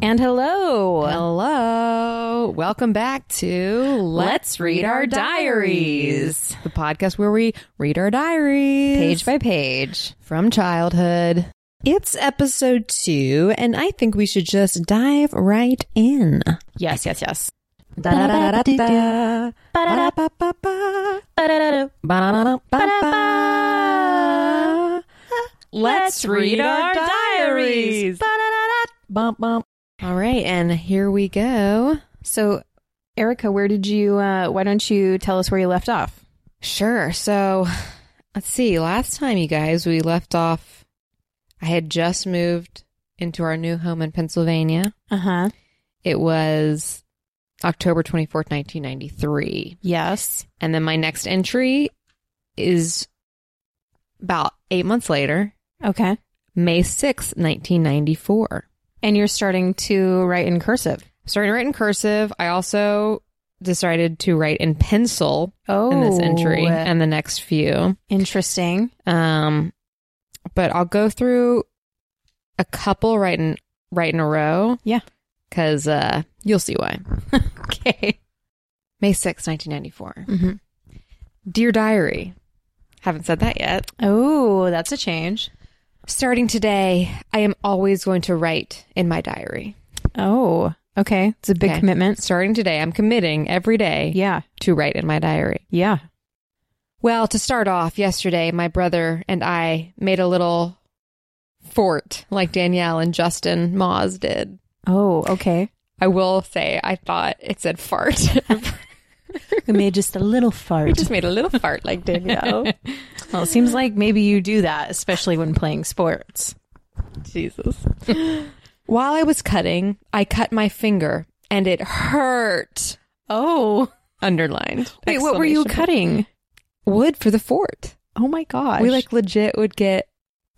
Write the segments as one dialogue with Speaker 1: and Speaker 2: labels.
Speaker 1: And hello.
Speaker 2: Hello. Welcome back to
Speaker 1: Let's Read Our Diaries.
Speaker 2: the podcast where we read our diaries
Speaker 1: Page by page.
Speaker 2: from childhood. It's episode two, and I think we should just dive right in.
Speaker 1: Yes, yes, yes.
Speaker 2: Ba-da-da-da-da-da. Ba-da-da-ba-ba-ba. Ba-da-da-ba-ba.
Speaker 1: Let's read our diaries.
Speaker 2: Bump, bump. All right, and here we go.
Speaker 1: So, Erica, where did you, uh, why don't you tell us where you left off?
Speaker 2: Sure. So let's see. Last time, you guys, we left off. I had just moved into our new home in Pennsylvania.
Speaker 1: Uh huh.
Speaker 2: It was October 24th, 1993.
Speaker 1: Yes.
Speaker 2: And then my next entry is about eight months later,
Speaker 1: Okay.
Speaker 2: May 6th, 1994.
Speaker 1: And you're starting to write in cursive.
Speaker 2: Starting to write in cursive, I also decided to write in pencil
Speaker 1: Oh.
Speaker 2: in this entry and the next few.
Speaker 1: Interesting.
Speaker 2: Um, but I'll go through a couple right in right in a row.
Speaker 1: Yeah.
Speaker 2: because uh, you'll see why.
Speaker 1: Okay.
Speaker 2: May sixth, nineteen 1994.
Speaker 1: Mm-hmm.
Speaker 2: Dear Diary, haven't said that yet.
Speaker 1: Oh, that's a change.
Speaker 2: Starting today, I am always going to write in my diary.
Speaker 1: Oh, okay. It's a big
Speaker 2: Okay.
Speaker 1: commitment.
Speaker 2: Starting today, I'm committing every day
Speaker 1: Yeah.
Speaker 2: to write in my diary.
Speaker 1: Yeah.
Speaker 2: Well, to start off, yesterday, my brother and I made a little fort like Danielle and Justin Moz did.
Speaker 1: Oh, okay.
Speaker 2: I will say, I thought it said fart.
Speaker 1: We made just a little
Speaker 2: we
Speaker 1: fart.
Speaker 2: just made a little fart like Danielle.
Speaker 1: Well, it seems like maybe you do that, especially when playing sports.
Speaker 2: Jesus. While I was cutting, I cut my finger and it hurt.
Speaker 1: Oh.
Speaker 2: Underlined.
Speaker 1: Wait, what were you
Speaker 2: Exclamation
Speaker 1: cutting?
Speaker 2: point. Wood for the fort.
Speaker 1: Oh my gosh.
Speaker 2: We like legit would get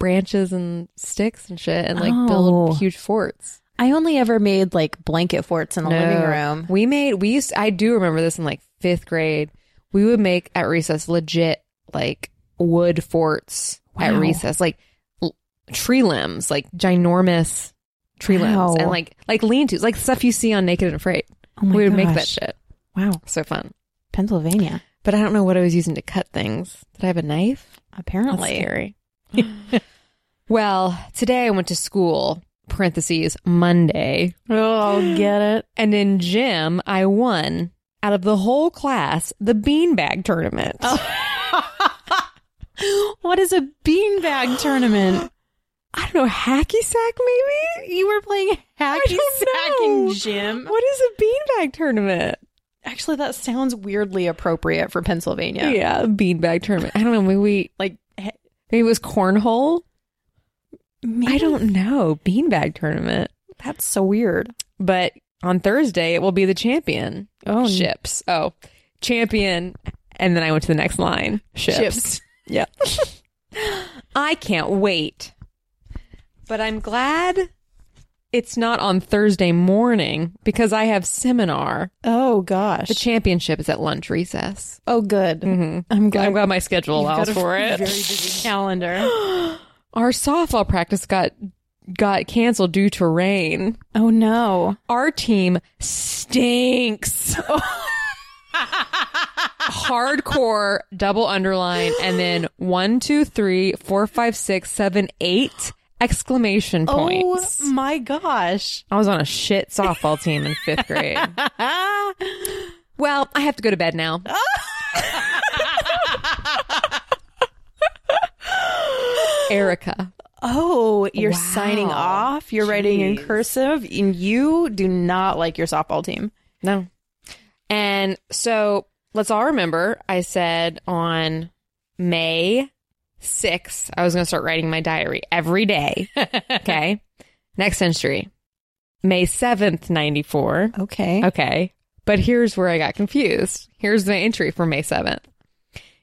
Speaker 2: branches and sticks and shit and like
Speaker 1: Oh.
Speaker 2: build huge forts.
Speaker 1: I only ever made like blanket forts in the living room.
Speaker 2: We made, we used, I do remember this in like fifth grade. We would make at recess legit like wood forts at
Speaker 1: Wow.
Speaker 2: recess, like l- tree limbs, like ginormous tree limbs and
Speaker 1: Wow.
Speaker 2: like, like lean tos, like stuff you see on Naked and Afraid.
Speaker 1: Oh my
Speaker 2: we would make that
Speaker 1: gosh.
Speaker 2: shit.
Speaker 1: Wow.
Speaker 2: So fun.
Speaker 1: Pennsylvania.
Speaker 2: But I don't know what I was using to cut things. Did I have a knife? That's
Speaker 1: Apparently.
Speaker 2: scary. well, today I went to school, parentheses, Monday.
Speaker 1: Oh, get it.
Speaker 2: And in gym, I won out of the whole class the beanbag tournament.
Speaker 1: Oh. What is a beanbag tournament?
Speaker 2: I don't know, hacky sack maybe?
Speaker 1: You were playing hacky
Speaker 2: don't know.
Speaker 1: gym.
Speaker 2: What is a beanbag tournament?
Speaker 1: Actually, that sounds weirdly appropriate for Pennsylvania.
Speaker 2: Yeah, a beanbag tournament. I don't know. Maybe we
Speaker 1: Like, he-
Speaker 2: maybe it was cornhole.
Speaker 1: maybe-
Speaker 2: I don't know. Beanbag tournament.
Speaker 1: That's so weird.
Speaker 2: But on Thursday it will be the champion
Speaker 1: Oh,
Speaker 2: ships. Oh, champion. And then I went to the next line. Ships.
Speaker 1: Ships.
Speaker 2: Yeah. I can't wait. But I'm glad it's not on Thursday morning because I have seminar.
Speaker 1: Oh gosh.
Speaker 2: The championship is at lunch recess.
Speaker 1: oh, good. I'm glad.
Speaker 2: I'm glad my schedule
Speaker 1: you've got
Speaker 2: allows
Speaker 1: a
Speaker 2: for
Speaker 1: Very
Speaker 2: it.
Speaker 1: busy calendar.
Speaker 2: Our softball practice got got canceled due to rain.
Speaker 1: oh no.
Speaker 2: Our team stinks. Hardcore double underline and then one, two, three, four, five, six, seven, eight exclamation points.
Speaker 1: Oh my gosh.
Speaker 2: I was on a shit softball team in fifth grade. well, I have to go to bed now. Erica.
Speaker 1: Oh, you're
Speaker 2: Wow.
Speaker 1: signing off. You're writing in
Speaker 2: Jeez.
Speaker 1: cursive, and you do not like your softball team.
Speaker 2: No. And so let's all remember I said on May 6th, I was going to start writing my diary every day. Okay. Next century, May 7th, 94.
Speaker 1: Okay.
Speaker 2: Okay. But here's where I got confused. Here's the entry for May 7th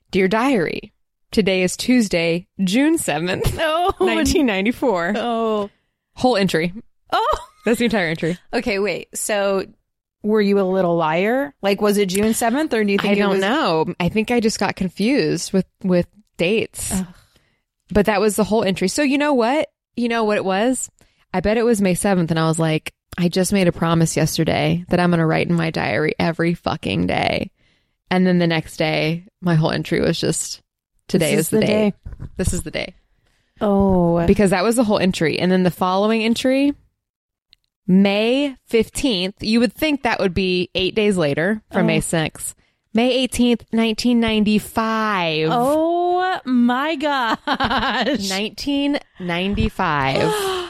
Speaker 2: Dear Diary, today is Tuesday, June 7th,
Speaker 1: Oh.
Speaker 2: 1994.
Speaker 1: Oh.
Speaker 2: Whole entry.
Speaker 1: Oh.
Speaker 2: That's the entire entry.
Speaker 1: Okay. Wait. So, were you a little liar? Like, was it June seventh, or do you think
Speaker 2: I
Speaker 1: it
Speaker 2: don't
Speaker 1: was-
Speaker 2: know. I think I just got confused with with dates.
Speaker 1: Ugh.
Speaker 2: But that was the whole entry. So you know what? You know what it was? I bet it was May 7th and I was like, I just made a promise yesterday that I'm going to write in my diary every fucking day. And then the next day, my whole entry was just today is, the, day. This is the day.
Speaker 1: Oh,
Speaker 2: Because that was the whole entry. And then the following entry, May 15th, you would think that would be eight days later from
Speaker 1: Oh.
Speaker 2: May 6th. May 18th, 1995.
Speaker 1: oh my gosh!
Speaker 2: 1995.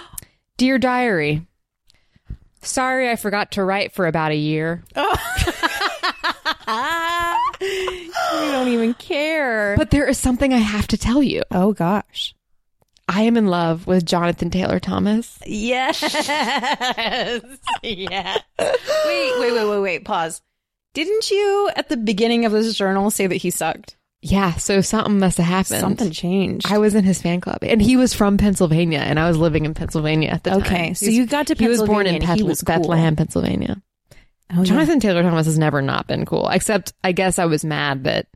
Speaker 2: Dear Diary, sorry I forgot to write for about a year.
Speaker 1: Ah. you don't even care.
Speaker 2: But there is something I have to tell you.
Speaker 1: oh gosh!
Speaker 2: I am in love with Jonathan Taylor Thomas.
Speaker 1: Yes, yes. Wait, wait, wait, wait, wait. Pause. Didn't you at the beginning of this journal say that he sucked?
Speaker 2: Yeah, so something must have happened.
Speaker 1: Something changed.
Speaker 2: I was in his fan club, and he was from Pennsylvania, and I was living in Pennsylvania at the time.
Speaker 1: okay, so
Speaker 2: He's-
Speaker 1: you got to
Speaker 2: he was born
Speaker 1: Pennsylvania
Speaker 2: in
Speaker 1: and he
Speaker 2: Bethel-
Speaker 1: was cool.
Speaker 2: Bethlehem, Pennsylvania.
Speaker 1: Oh, yeah.
Speaker 2: Jonathan Taylor Thomas has never not been cool, except I guess I was mad that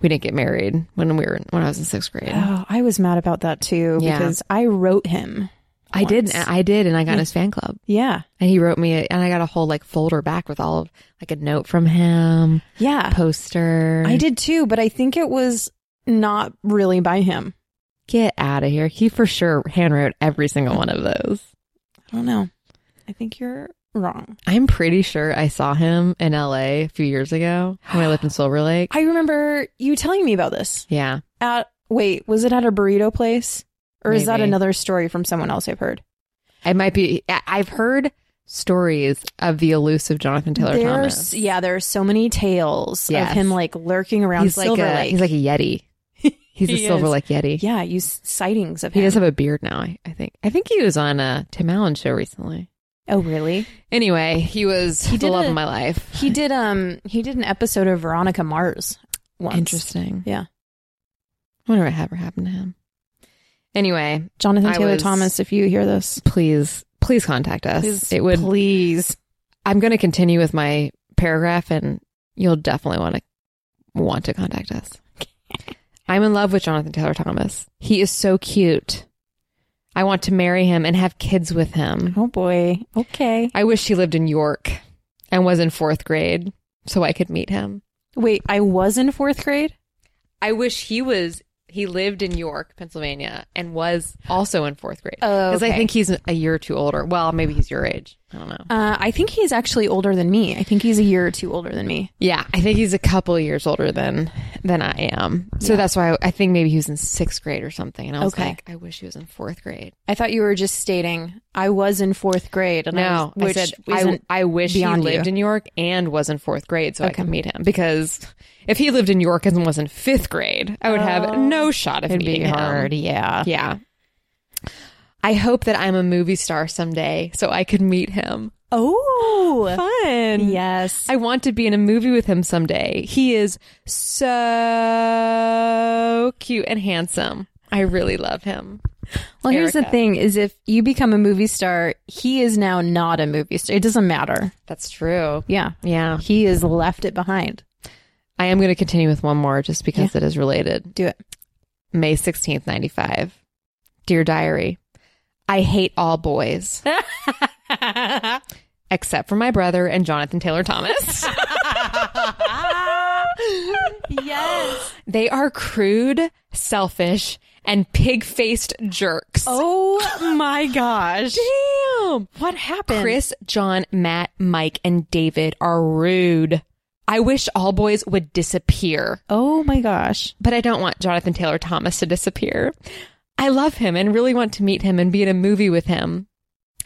Speaker 2: we didn't get married when we were when I was in sixth grade.
Speaker 1: Oh, I was mad about that too
Speaker 2: Yeah.
Speaker 1: because I wrote him.
Speaker 2: I did,
Speaker 1: once.
Speaker 2: I did, and I got in his fan club,
Speaker 1: Yeah.
Speaker 2: and he wrote me, a, and I got a whole like folder back with all of like a note from him,
Speaker 1: Yeah.
Speaker 2: poster.
Speaker 1: Oh. I did too, but I think it was not really by him.
Speaker 2: get out of here. He for sure handwrote every single one of those.
Speaker 1: I don't know. I think you're wrong.
Speaker 2: I'm pretty sure I saw him in LA a few years ago when I lived in Silver Lake.
Speaker 1: I remember you telling me about this.
Speaker 2: Yeah.
Speaker 1: At wait, was it at a burrito place? Or is that
Speaker 2: Maybe.
Speaker 1: another story from someone else I've heard?
Speaker 2: It might be. I- I've heard stories of the elusive Jonathan Taylor
Speaker 1: There's
Speaker 2: Thomas.
Speaker 1: yeah, there are so many tales
Speaker 2: Yes.
Speaker 1: of him like lurking around
Speaker 2: He's like,
Speaker 1: Silver
Speaker 2: a,
Speaker 1: Lake.
Speaker 2: he's like a Yeti. He's a
Speaker 1: He
Speaker 2: Silver
Speaker 1: is.
Speaker 2: Lake Yeti.
Speaker 1: yeah, you s- sightings of
Speaker 2: He
Speaker 1: him.
Speaker 2: does have a beard now, I, I think. I think he was on a Tim Allen show recently.
Speaker 1: oh, really?
Speaker 2: Anyway, he was
Speaker 1: He
Speaker 2: the
Speaker 1: did
Speaker 2: love
Speaker 1: a-
Speaker 2: of my life.
Speaker 1: He did um he did an episode of Veronica Mars once.
Speaker 2: Interesting.
Speaker 1: Yeah.
Speaker 2: wonder what ever happened to him. Anyway,
Speaker 1: Jonathan
Speaker 2: I
Speaker 1: Taylor
Speaker 2: was-
Speaker 1: Thomas, if you hear this,
Speaker 2: please, please contact us.
Speaker 1: Please-
Speaker 2: it would
Speaker 1: please.
Speaker 2: I'm going to continue with my paragraph, and you'll definitely want to want to contact us. I'm in love with Jonathan Taylor Thomas. He is so cute. I want to marry him and have kids with him.
Speaker 1: Oh boy. Okay.
Speaker 2: I wish he lived in York and was in fourth grade so I could meet him.
Speaker 1: Wait, I was in fourth grade?
Speaker 2: I wish he was. He lived in York, Pennsylvania, and was also in fourth grade.
Speaker 1: Oh,
Speaker 2: Because I
Speaker 1: okay.
Speaker 2: think he's a year or two older. Well, maybe he's your age. I don't know.
Speaker 1: Uh, I think he's actually older than me. I think he's a year or two older than me.
Speaker 2: Yeah, I think he's a couple years older than than I am. So that's why I, I think maybe he was in sixth grade or something. And I was
Speaker 1: Okay.
Speaker 2: like, I wish he was in fourth grade.
Speaker 1: I thought you were just stating I was in fourth grade, and I,
Speaker 2: No,
Speaker 1: was, which
Speaker 2: I said I,
Speaker 1: isn't-
Speaker 2: I wish he
Speaker 1: beyond
Speaker 2: lived
Speaker 1: you.
Speaker 2: in New York and was in fourth grade so I
Speaker 1: Okay.
Speaker 2: could meet him. Because if he lived in New York and was in fifth grade, I would have
Speaker 1: Oh.
Speaker 2: no shot of
Speaker 1: it'd
Speaker 2: meeting
Speaker 1: be
Speaker 2: him.
Speaker 1: hard. Yeah.
Speaker 2: Yeah. I hope that I'm a movie star someday so I could meet him.
Speaker 1: Oh,
Speaker 2: Fun.
Speaker 1: yes.
Speaker 2: I want to be in a movie with him someday. He is so cute and handsome. I really love him.
Speaker 1: well, here's the
Speaker 2: Erica.
Speaker 1: thing: is if you become a movie star, he is now not a movie star. It doesn't matter.
Speaker 2: That's true.
Speaker 1: Yeah,
Speaker 2: Yeah.
Speaker 1: he has left it behind.
Speaker 2: I am going to continue with one more just because it is related.
Speaker 1: Do it.
Speaker 2: May 16th, 95. Dear Diary, I hate all boys except for my brother and Jonathan Taylor Thomas.
Speaker 1: yes.
Speaker 2: they are crude, selfish, and pig faced jerks.
Speaker 1: Oh my gosh.
Speaker 2: damn.
Speaker 1: What happened?
Speaker 2: Chris, John, Matt, Mike, and David are rude. I wish all boys would disappear,
Speaker 1: Oh my gosh.
Speaker 2: but I don't want Jonathan Taylor Thomas to disappear. I love him and really want to meet him and be in a movie with him.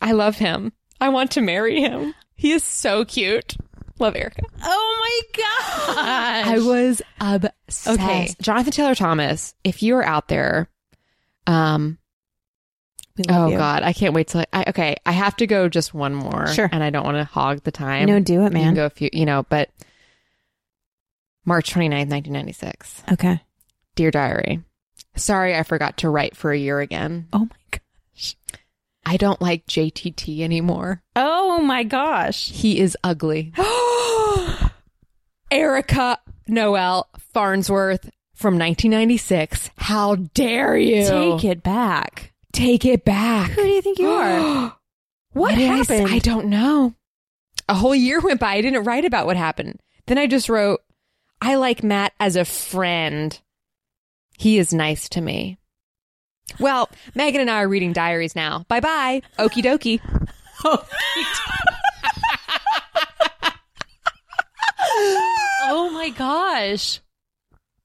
Speaker 2: I love him. I want to marry him. He is so cute. Love Erica.
Speaker 1: Oh my gosh.
Speaker 2: I was obsessed.
Speaker 1: Okay.
Speaker 2: Jonathan Taylor Thomas, if you are out there, um, Oh God, I can't wait till I, okay. I have to go just one more,
Speaker 1: Sure.
Speaker 2: and I don't want to hog the time.
Speaker 1: No, do it,
Speaker 2: You can
Speaker 1: man.
Speaker 2: go a few, you know, but March 29th, 1996.
Speaker 1: Okay.
Speaker 2: Dear Diary, sorry I forgot to write for a year again.
Speaker 1: Oh my god.
Speaker 2: I don't like JTT anymore.
Speaker 1: Oh my gosh.
Speaker 2: He is ugly. Erica Noel Farnsworth from 1996. How dare you?
Speaker 1: Take it back.
Speaker 2: Take it back.
Speaker 1: Who do you think you are? What
Speaker 2: Maybe I s-
Speaker 1: happened?
Speaker 2: I don't know. A whole year went by. I didn't write about what happened. Then I just wrote, I like Matt as a friend. He is nice to me. Well, Megan and I are reading diaries now. Bye bye. Okie dokie. Oh my gosh.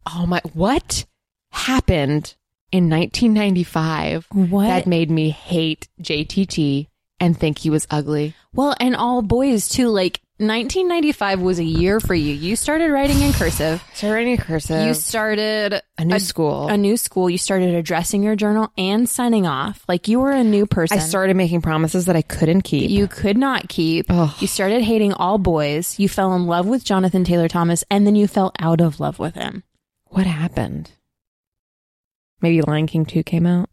Speaker 2: Oh my, what happened in 1995
Speaker 1: What?
Speaker 2: that made me hate JTT and think he was ugly?
Speaker 1: well, and all boys too. Like 1995 was a year for you. You started writing in cursive.
Speaker 2: So writing cursive,
Speaker 1: You started
Speaker 2: a new school.
Speaker 1: a new school. You started addressing your journal and signing off. Like you were a new person.
Speaker 2: I started making promises that I couldn't keep.
Speaker 1: you could not keep.
Speaker 2: Ugh.
Speaker 1: You started hating all boys. You fell in love with Jonathan Taylor Thomas, and then you fell out of love with him.
Speaker 2: what happened? Maybe Lion King 2 came out.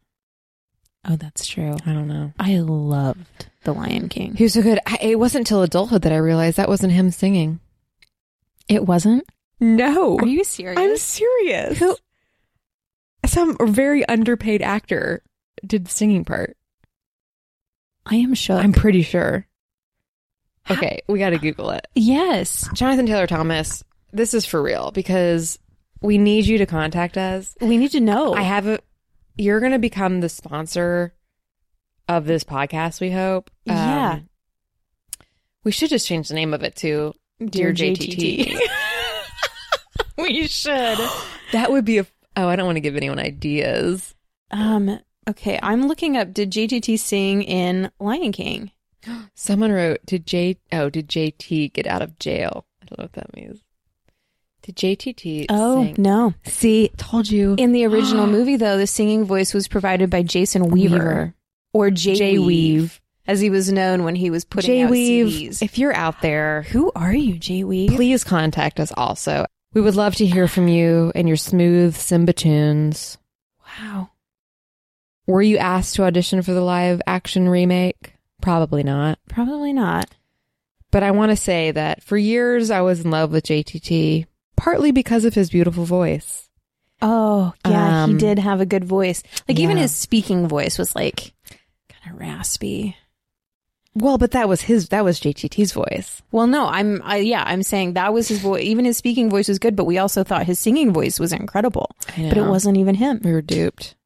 Speaker 1: Oh, that's true.
Speaker 2: I don't know.
Speaker 1: I loved The Lion King.
Speaker 2: He was so good. I, it wasn't till adulthood that I realized that wasn't him singing.
Speaker 1: It wasn't.
Speaker 2: No.
Speaker 1: Are you serious?
Speaker 2: I'm serious.
Speaker 1: Who-
Speaker 2: Some very underpaid actor did the singing part.
Speaker 1: I am shook.
Speaker 2: I'm pretty sure. Okay, we got to Google it.
Speaker 1: yes.
Speaker 2: Jonathan Taylor Thomas, this is for real because we need you to contact us.
Speaker 1: We need to know.
Speaker 2: I have a. You're going to become the sponsor of this podcast, we hope. Um,
Speaker 1: Yeah.
Speaker 2: We should just change the name of it to Dear, JTT.
Speaker 1: we should.
Speaker 2: that would be a. Oh, I don't want to give anyone ideas.
Speaker 1: Um. Okay. I'm looking up. Did JTT sing in Lion King?
Speaker 2: Someone wrote, "Did J? Oh, did JT get out of jail?" I don't know what that means. Did JTT? sing?
Speaker 1: Oh, no.
Speaker 2: see, told you.
Speaker 1: In the original movie, though, the singing voice was provided by Jason Weaver,
Speaker 2: Weaver.
Speaker 1: or Jay,
Speaker 2: Jay
Speaker 1: Weave,
Speaker 2: Weave.
Speaker 1: as he was known when he was putting
Speaker 2: Jay
Speaker 1: out
Speaker 2: Weave,
Speaker 1: CDs.
Speaker 2: if you're out there,
Speaker 1: Who are you, Jay Weave?
Speaker 2: please contact us. Also, we would love to hear from you and your smooth Simba tunes.
Speaker 1: Wow.
Speaker 2: Were you asked to audition for the live action remake? Probably not.
Speaker 1: Probably not.
Speaker 2: But I want to say that for years I was in love with JTT, partly because of his beautiful voice.
Speaker 1: Oh, yeah. he
Speaker 2: Um,
Speaker 1: did have a good voice. Like, even
Speaker 2: yeah.
Speaker 1: his speaking voice was like kind of raspy.
Speaker 2: Well, but that was his, that was JTT's voice.
Speaker 1: Well, no, I'm, I, yeah, I'm saying that was his voice. Even his speaking voice was good, but we also thought his singing voice was incredible.
Speaker 2: I
Speaker 1: But it
Speaker 2: know.
Speaker 1: wasn't even him.
Speaker 2: We were duped.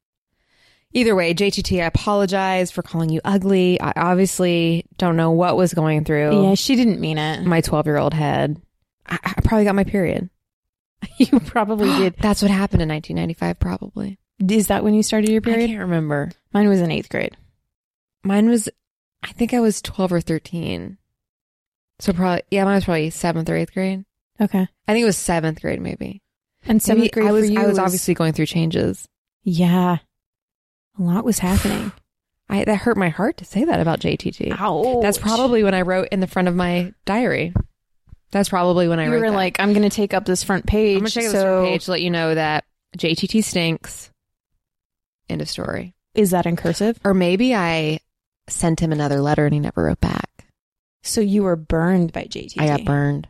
Speaker 2: Either way, JTT, I apologize for calling you ugly. I obviously don't know what was going through
Speaker 1: Yeah, she didn't mean it.
Speaker 2: my 12 year old head. I, I probably got my period.
Speaker 1: you probably did.
Speaker 2: That's what happened in 1995, probably.
Speaker 1: Is that when you started your
Speaker 2: I
Speaker 1: period?
Speaker 2: can't remember.
Speaker 1: Mine was in eighth grade.
Speaker 2: Mine was, I think I was 12 or 13. So probably, yeah, mine was probably seventh or eighth grade.
Speaker 1: Okay.
Speaker 2: I think it was seventh grade, maybe.
Speaker 1: And seventh
Speaker 2: Maybe
Speaker 1: grade
Speaker 2: I was,
Speaker 1: for you
Speaker 2: I was, obviously going through changes.
Speaker 1: Yeah. A lot was happening.
Speaker 2: I, that hurt my heart to say that about JTT.
Speaker 1: Ouch.
Speaker 2: That's probably when I wrote in the front of my diary. That's probably when I
Speaker 1: you
Speaker 2: wrote
Speaker 1: were
Speaker 2: that.
Speaker 1: like, I'm going to take up this front page.
Speaker 2: I'm gonna check
Speaker 1: so
Speaker 2: this front page, to let you know that JTT stinks. End of story.
Speaker 1: Is that in cursive?
Speaker 2: Or maybe I sent him another letter and he never wrote back.
Speaker 1: So you were burned by JTT.
Speaker 2: I got burned.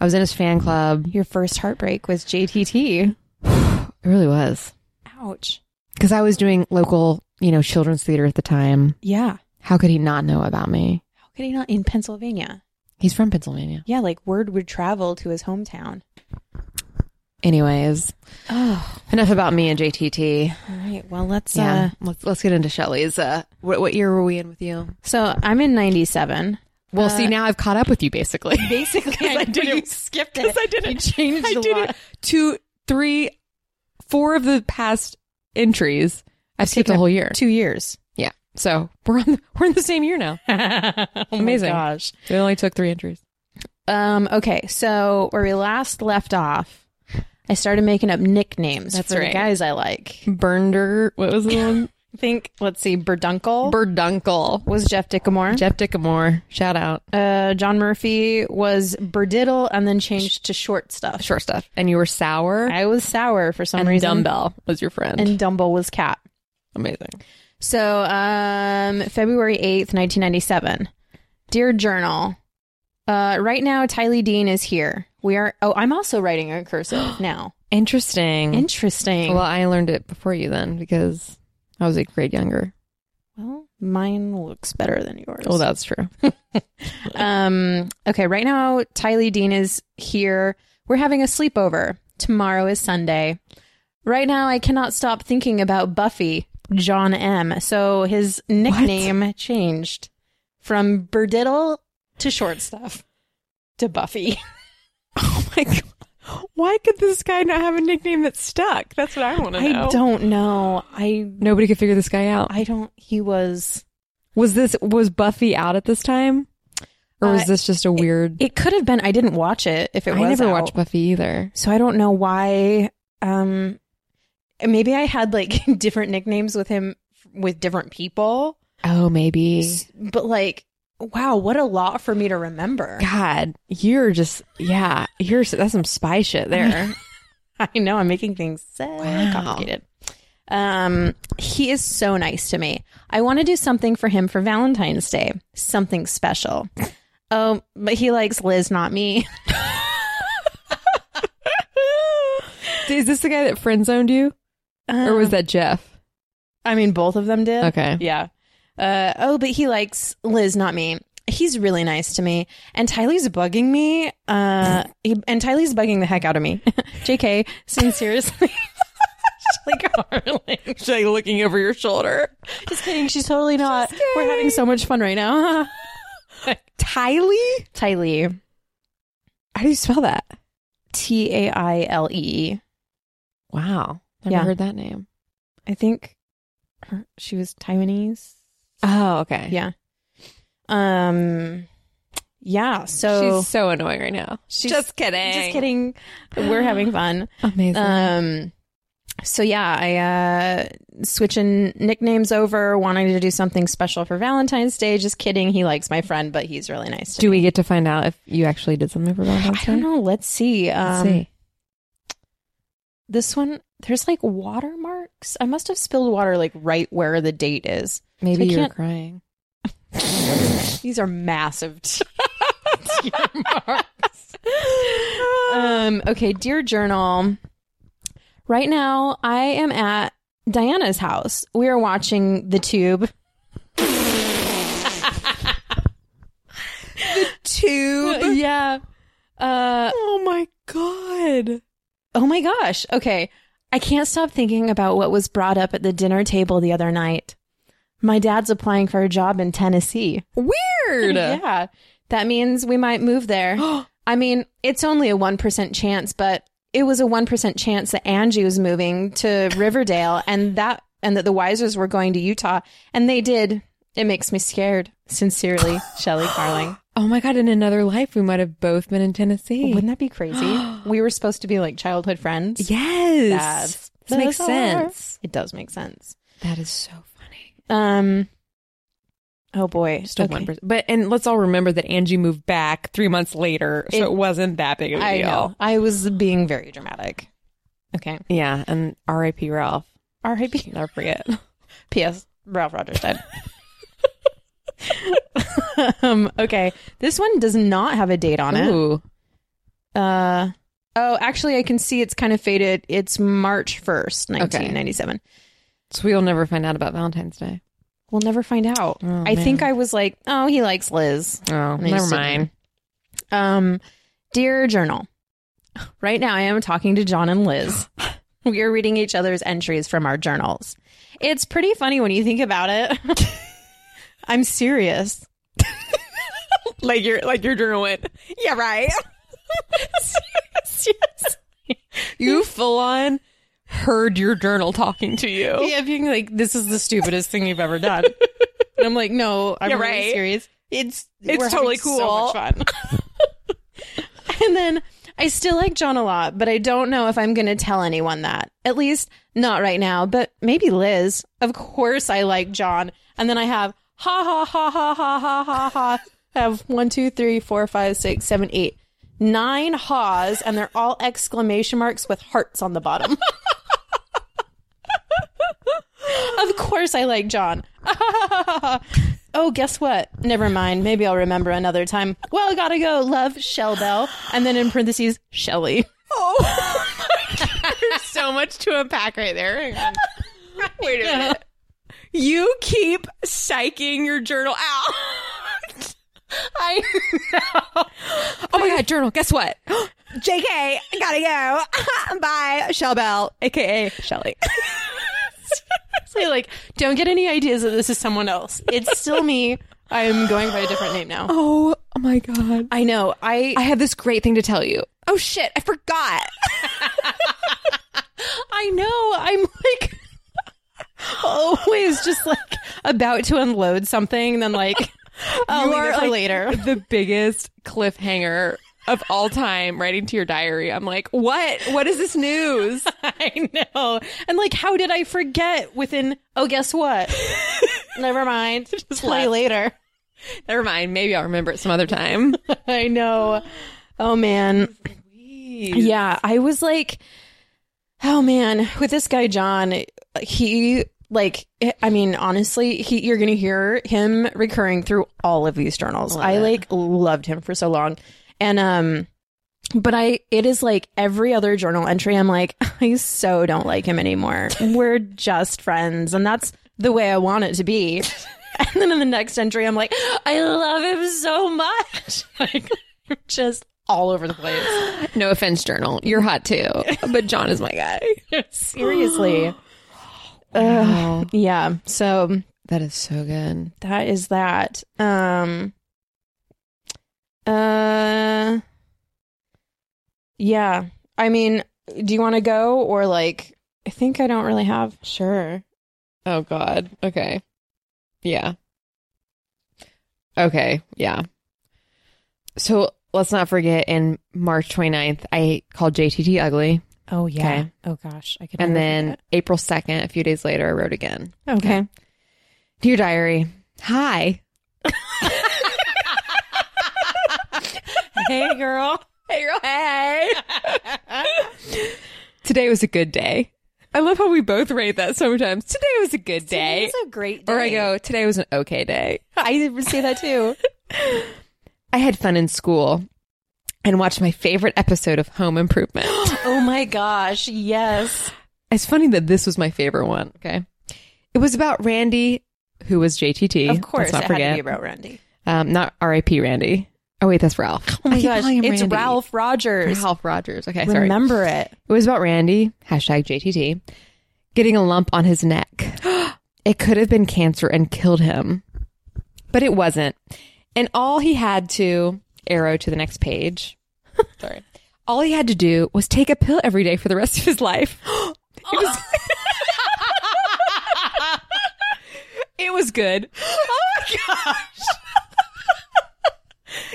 Speaker 2: I was in his fan club.
Speaker 1: Your first heartbreak was JTT.
Speaker 2: It really was
Speaker 1: Ouch.
Speaker 2: because I was doing local, you know, children's theater at the time.
Speaker 1: Yeah.
Speaker 2: How could he not know about me?
Speaker 1: How could he not in Pennsylvania?
Speaker 2: He's from Pennsylvania.
Speaker 1: Yeah, like word would travel to his hometown.
Speaker 2: Anyways,
Speaker 1: Oh,
Speaker 2: enough about me and JTT.
Speaker 1: all right. Well, let's. Uh,
Speaker 2: Yeah, let's let's get into Shelley's. Uh, what what year were we in with you?
Speaker 1: so I'm in '97.
Speaker 2: Well,
Speaker 1: Uh,
Speaker 2: see, now I've caught up with you basically.
Speaker 1: Basically,
Speaker 2: I didn't-
Speaker 1: skipped
Speaker 2: Because I didn't.
Speaker 1: You changed
Speaker 2: I
Speaker 1: a
Speaker 2: did
Speaker 1: lot.
Speaker 2: it two, three, four of the past entries. I've skipped a whole year.
Speaker 1: Two years.
Speaker 2: Yeah. So we're on. The, we're in the same year now. Amazing.
Speaker 1: Oh gosh.
Speaker 2: It only took three entries.
Speaker 1: Um. Okay. So where we last left off, I started making up nicknames
Speaker 2: That's
Speaker 1: for the
Speaker 2: right.
Speaker 1: guys I like. Um,
Speaker 2: Burnder. What was the one?
Speaker 1: I think. Let's see. Berdunkel
Speaker 2: Birduncle.
Speaker 1: was Jeff Dickamore.
Speaker 2: Jeff Dickamore. Shout out.
Speaker 1: Uh, John Murphy was Berdiddle, and then changed to short stuff.
Speaker 2: Short stuff. And you were sour.
Speaker 1: I was sour for some
Speaker 2: and
Speaker 1: reason.
Speaker 2: dumbbell was your friend.
Speaker 1: And Dumble was cat.
Speaker 2: Amazing.
Speaker 1: So, um, February 8th, 1997. Dear Journal, uh, right now, Tylee Dean is here. We are, oh, I'm also writing a cursive now.
Speaker 2: Interesting.
Speaker 1: Interesting.
Speaker 2: Well, I learned it before you then because I was a grade younger.
Speaker 1: Well, mine looks better than yours.
Speaker 2: Well, that's true.
Speaker 1: um, okay, right now Tylee Dean is here. We're having a sleepover. Tomorrow is Sunday. Right now I cannot stop thinking about Buffy, John M. So his nickname changed from Burdiddle to short stuff to Buffy.
Speaker 2: Oh my god. Why could this guy not have a nickname that stuck? That's what I want to know.
Speaker 1: I don't know. I
Speaker 2: Nobody could figure this guy out.
Speaker 1: I don't he was
Speaker 2: Was this was Buffy out at this time? Or was
Speaker 1: Uh,
Speaker 2: this just a weird
Speaker 1: it could have been I didn't watch it if it
Speaker 2: I
Speaker 1: was
Speaker 2: never
Speaker 1: out.
Speaker 2: watched Buffy either.
Speaker 1: So I don't know why. Um, maybe I had like different nicknames with him with different people,
Speaker 2: Oh, maybe.
Speaker 1: S- but like, wow, what a lot for me to remember.
Speaker 2: God, you're just yeah, you're that's some spy shit there.
Speaker 1: I know I'm making things so
Speaker 2: Wow.
Speaker 1: complicated. Um, he is so nice to me. I want to do something for him for Valentine's Day, something special. Oh, but he likes Liz, not me.
Speaker 2: Is this the guy that friend zoned you, or was
Speaker 1: Uh-huh.
Speaker 2: that Jeff?
Speaker 1: I mean, both of them did.
Speaker 2: Okay,
Speaker 1: Yeah. Uh, oh, but he likes Liz, not me. He's really nice to me. And Tylee's bugging me. Uh, he, and Tylee's bugging the heck out of me. JK, saying seriously. She's like, Harlan.
Speaker 2: she's like looking over your shoulder.
Speaker 1: Just kidding. She's totally not. We're having so much fun right now.
Speaker 2: Tylee,
Speaker 1: Tylee.
Speaker 2: how do you spell that?
Speaker 1: T A I L E.
Speaker 2: Wow, never
Speaker 1: Yeah.
Speaker 2: heard that name.
Speaker 1: I think her, she was Taiwanese.
Speaker 2: Oh, okay.
Speaker 1: Yeah. Um, yeah. So
Speaker 2: she's so annoying right now.
Speaker 1: She's-
Speaker 2: just kidding.
Speaker 1: just kidding. We're having fun.
Speaker 2: Amazing. Mm-hmm.
Speaker 1: Um, so yeah, I uh, switching nicknames over, wanting to do something special for Valentine's Day. Just kidding, he likes my friend, but he's really nice to
Speaker 2: do we get to find out if you actually did something for Valentine's
Speaker 1: I don't know. Let's see. Um,
Speaker 2: Let's see.
Speaker 1: This one, there's like watermarks. I must have spilled water like right where the date is.
Speaker 2: Maybe
Speaker 1: I
Speaker 2: you were
Speaker 1: can't-
Speaker 2: crying.
Speaker 1: These are massive. t- tear marks. um, okay, dear journal. Right now, I am at Diana's house. We are watching the tube.
Speaker 2: Two.
Speaker 1: yeah. Uh,
Speaker 2: Oh my god.
Speaker 1: oh my gosh. Okay. I can't stop thinking about what was brought up at the dinner table the other night. My dad's applying for a job in Tennessee.
Speaker 2: Weird.
Speaker 1: Yeah. That means we might move there. I mean, it's only a 1% chance, but it was a 1% chance that Angie was moving to Riverdale and that and that the Wisers were going to Utah and they did. It makes me scared. Sincerely, Shelley Carling.
Speaker 2: Oh my god, in another life we might have both been in Tennessee.
Speaker 1: Wouldn't that be crazy? we were supposed to be like childhood friends.
Speaker 2: yes. This makes
Speaker 1: bizarre.
Speaker 2: sense.
Speaker 1: It does make sense.
Speaker 2: That is so funny.
Speaker 1: Um Oh boy.
Speaker 2: Just a one percent. But and let's all remember that Angie moved back three months later, so
Speaker 1: It-
Speaker 2: it, wasn't that big of a
Speaker 1: I
Speaker 2: deal.
Speaker 1: know. I was being very dramatic. Okay.
Speaker 2: Yeah, and R.I.P. Ralph.
Speaker 1: R.I.P.
Speaker 2: Never forget.
Speaker 1: P.S. Ralph Rogers died. um, okay, this one does not have a date on it.
Speaker 2: Ooh.
Speaker 1: Uh, oh, actually, I can see it's kind of faded. It's March first, nineteen ninety-seven.
Speaker 2: So we'll never find out about Valentine's Day.
Speaker 1: We'll never find out. I think I was like, oh, he likes Liz.
Speaker 2: Oh,
Speaker 1: They
Speaker 2: never
Speaker 1: just
Speaker 2: mind.
Speaker 1: Um, dear journal, right now I am talking to John and Liz. We are reading each other's entries from our journals. It's pretty funny when you think about it. I'm serious.
Speaker 2: Like your like your journal went. Yeah, right. you full on heard your journal talking to you.
Speaker 1: Yeah, being like, this is the stupidest thing you've ever done. and I'm like, no, I'm
Speaker 2: You're
Speaker 1: really
Speaker 2: right.
Speaker 1: serious. It's
Speaker 2: It's
Speaker 1: we're
Speaker 2: totally
Speaker 1: having
Speaker 2: cool.
Speaker 1: So much fun. and then I still like John a lot, but I don't know if I'm going to tell anyone that. At least not right now, but maybe Liz. Of course, I like John. And then I have ha ha ha ha ha ha ha ha. I have one, two, three, four, five, six, seven, eight, nine haws, and they're all exclamation marks with hearts on the bottom. Of course I like John. oh, guess what? Never mind. Maybe I'll remember another time. Well, gotta go. Love, Shell Bell. And then in parentheses, Shelly.
Speaker 2: Oh. There's so much to unpack right there. Hang on. Wait a minute. You keep psyching your journal out. I know. Oh my god, journal. Guess what? JK, I gotta go. Bye, Shell Bell, aka Shelly.
Speaker 1: So like, don't get any ideas that this is someone else. It's still me. I'm going by a different name now.
Speaker 2: Oh, oh my god.
Speaker 1: I know. I
Speaker 2: I have this great thing to tell you. Oh shit, I forgot.
Speaker 1: I know. I'm like always just like about to unload something, and then like I'll
Speaker 2: You
Speaker 1: leave
Speaker 2: are,
Speaker 1: it for
Speaker 2: like,
Speaker 1: later.
Speaker 2: the biggest cliffhanger of all time writing to your diary. I'm like, "What? What is this news?"
Speaker 1: I know. And like, how did I forget? Within oh, guess what? Never mind. Just play
Speaker 2: left.
Speaker 1: later.
Speaker 2: Never mind. Maybe I'll remember it some other time.
Speaker 1: I know. Oh man. Yeah, I was like, oh man, with this guy John, he like, I mean, honestly, he you're gonna hear him recurring through all of these journals.
Speaker 2: Love
Speaker 1: I
Speaker 2: it.
Speaker 1: like loved him for so long, and um, but I it is like every other journal entry, I'm like, I so don't like him anymore. We're just friends, and that's the way I want it to be. And then in the next entry, I'm like, I love him so much. Like, just all over the place.
Speaker 2: No offense, journal. You're hot too, but John is my guy.
Speaker 1: Seriously.
Speaker 2: Wow.
Speaker 1: Yeah. So
Speaker 2: Oh, that is so good.
Speaker 1: that is that. Um uh Yeah. I mean, do you want to go or like I think I don't really have.
Speaker 2: Sure. Oh God. Okay. Yeah. Okay. Yeah. So let's not forget. In March 29th, I called JTT ugly,
Speaker 1: Oh
Speaker 2: yeah.
Speaker 1: Oh gosh, I could
Speaker 2: and then April 2nd, a few days later, I wrote again.
Speaker 1: okay.
Speaker 2: Dear diary, hi.
Speaker 1: hey girl.
Speaker 2: Hey, girl. Hey. Today was a good day. I love how we both rate that sometimes. Today was a good day.
Speaker 1: a great
Speaker 2: Or I go, today was an okay day.
Speaker 1: I say that too.
Speaker 2: I had fun in school and watched my favorite episode of Home Improvement.
Speaker 1: oh my gosh, yes.
Speaker 2: it's funny that this was my favorite one. Okay. It was about Randy, who was JTT.
Speaker 1: Of course,
Speaker 2: Let's not
Speaker 1: it had to
Speaker 2: forget.
Speaker 1: be about Randy.
Speaker 2: um, not RIP Randy. Oh, wait, that's Ralph.
Speaker 1: Oh my
Speaker 2: I keep
Speaker 1: gosh,
Speaker 2: calling him
Speaker 1: it's
Speaker 2: Randy.
Speaker 1: Ralph Rogers.
Speaker 2: Ralph Rogers. Okay, sorry.
Speaker 1: Remember it.
Speaker 2: It was about Randy, hashtag JTT, getting a lump on his neck. it could have been cancer and killed him, but it wasn't. And all he had to, arrow to the next page. Sorry. All he had to do was take a pill every day for the rest of his life. it, was, it was good. Oh my gosh.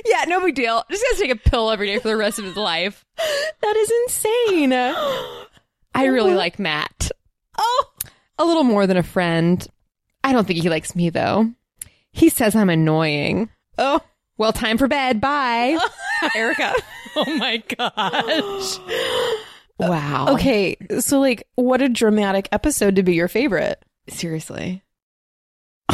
Speaker 2: yeah, no big deal. Just has to take a pill every day for the rest of his life.
Speaker 1: That is insane.
Speaker 2: I really like Matt.
Speaker 1: oh,
Speaker 2: A little more than a friend. I don't think he likes me though. He says I'm annoying.
Speaker 1: oh,
Speaker 2: Well, time for bed. Bye. Erica.
Speaker 1: oh my gosh.
Speaker 2: Wow.
Speaker 1: Okay, so like, what a dramatic episode to be your favorite.
Speaker 2: Seriously.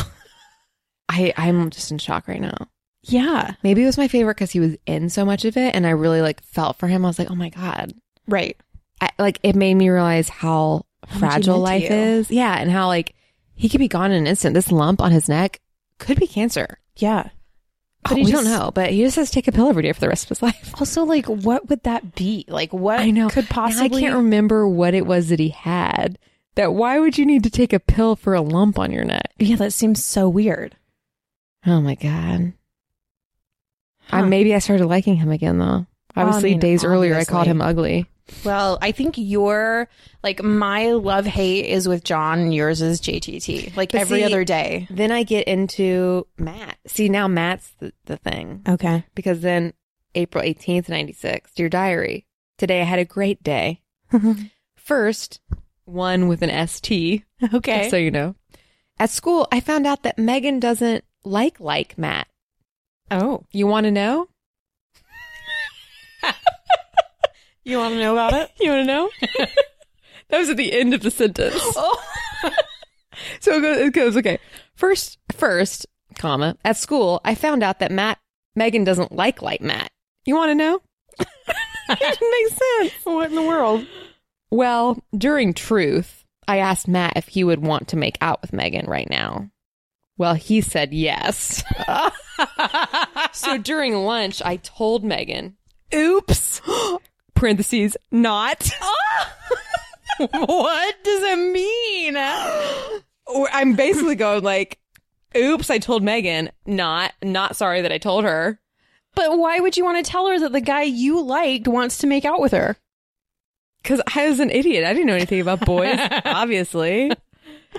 Speaker 2: I I'm just in shock right now.
Speaker 1: Yeah,
Speaker 2: Maybe it was my favorite because he was in so much of it and I really like felt for him. I was like, oh my God.
Speaker 1: right.
Speaker 2: I, like it made me realize how,
Speaker 1: much he
Speaker 2: fragile
Speaker 1: meant
Speaker 2: life
Speaker 1: to you.
Speaker 2: is. Yeah. And how like he could be gone in an instant. This lump on his neck could be cancer.
Speaker 1: Yeah.
Speaker 2: But
Speaker 1: he
Speaker 2: we don't
Speaker 1: just-
Speaker 2: know. But he just has to take a pill every day for the rest of his life.
Speaker 1: Also, like, what would that be? Like, what
Speaker 2: I know.
Speaker 1: could
Speaker 2: And
Speaker 1: possibly?
Speaker 2: I can't remember what it was that he had. That why would you need to take a pill for a lump on your neck?
Speaker 1: yeah, that seems so weird.
Speaker 2: Oh my god. I,
Speaker 1: Huh.
Speaker 2: maybe I started liking him again though.
Speaker 1: Well, I
Speaker 2: Obviously,
Speaker 1: mean,
Speaker 2: days earlier I called
Speaker 1: obviously.
Speaker 2: him ugly.
Speaker 1: Well, I think your like my love hate is with John. and Yours is JTT. Like
Speaker 2: But
Speaker 1: every
Speaker 2: see-
Speaker 1: other day.
Speaker 2: Then I get into Matt. See, now Matt's the, the thing
Speaker 1: Okay.
Speaker 2: because then April eighteenth, ninety six. Dear diary, today I had a great day. First, one with an ST.
Speaker 1: okay.
Speaker 2: Just so you know. At school, I found out that Megan doesn't like like Matt.
Speaker 1: oh,
Speaker 2: You want to know?
Speaker 1: you want to know about it?
Speaker 2: You want to know? that was at the end of the sentence.
Speaker 1: oh.
Speaker 2: So it goes, it goes okay. First, first, comma. At school, I found out that Matt Megan doesn't like like Matt. You want to know? it makes sense.
Speaker 1: What in the world?
Speaker 2: Well, during truth, I asked Matt if he would want to make out with Megan right now. Well, he said yes. so during lunch, I told Megan, oops, parentheses, not.
Speaker 1: what does it mean?
Speaker 2: Or I'm basically going like, oops, I told Megan, not, not sorry that I told her.
Speaker 1: But why would you want to tell her that the guy you liked wants to make out with her?
Speaker 2: Because I was an idiot. I didn't know anything about boys, obviously.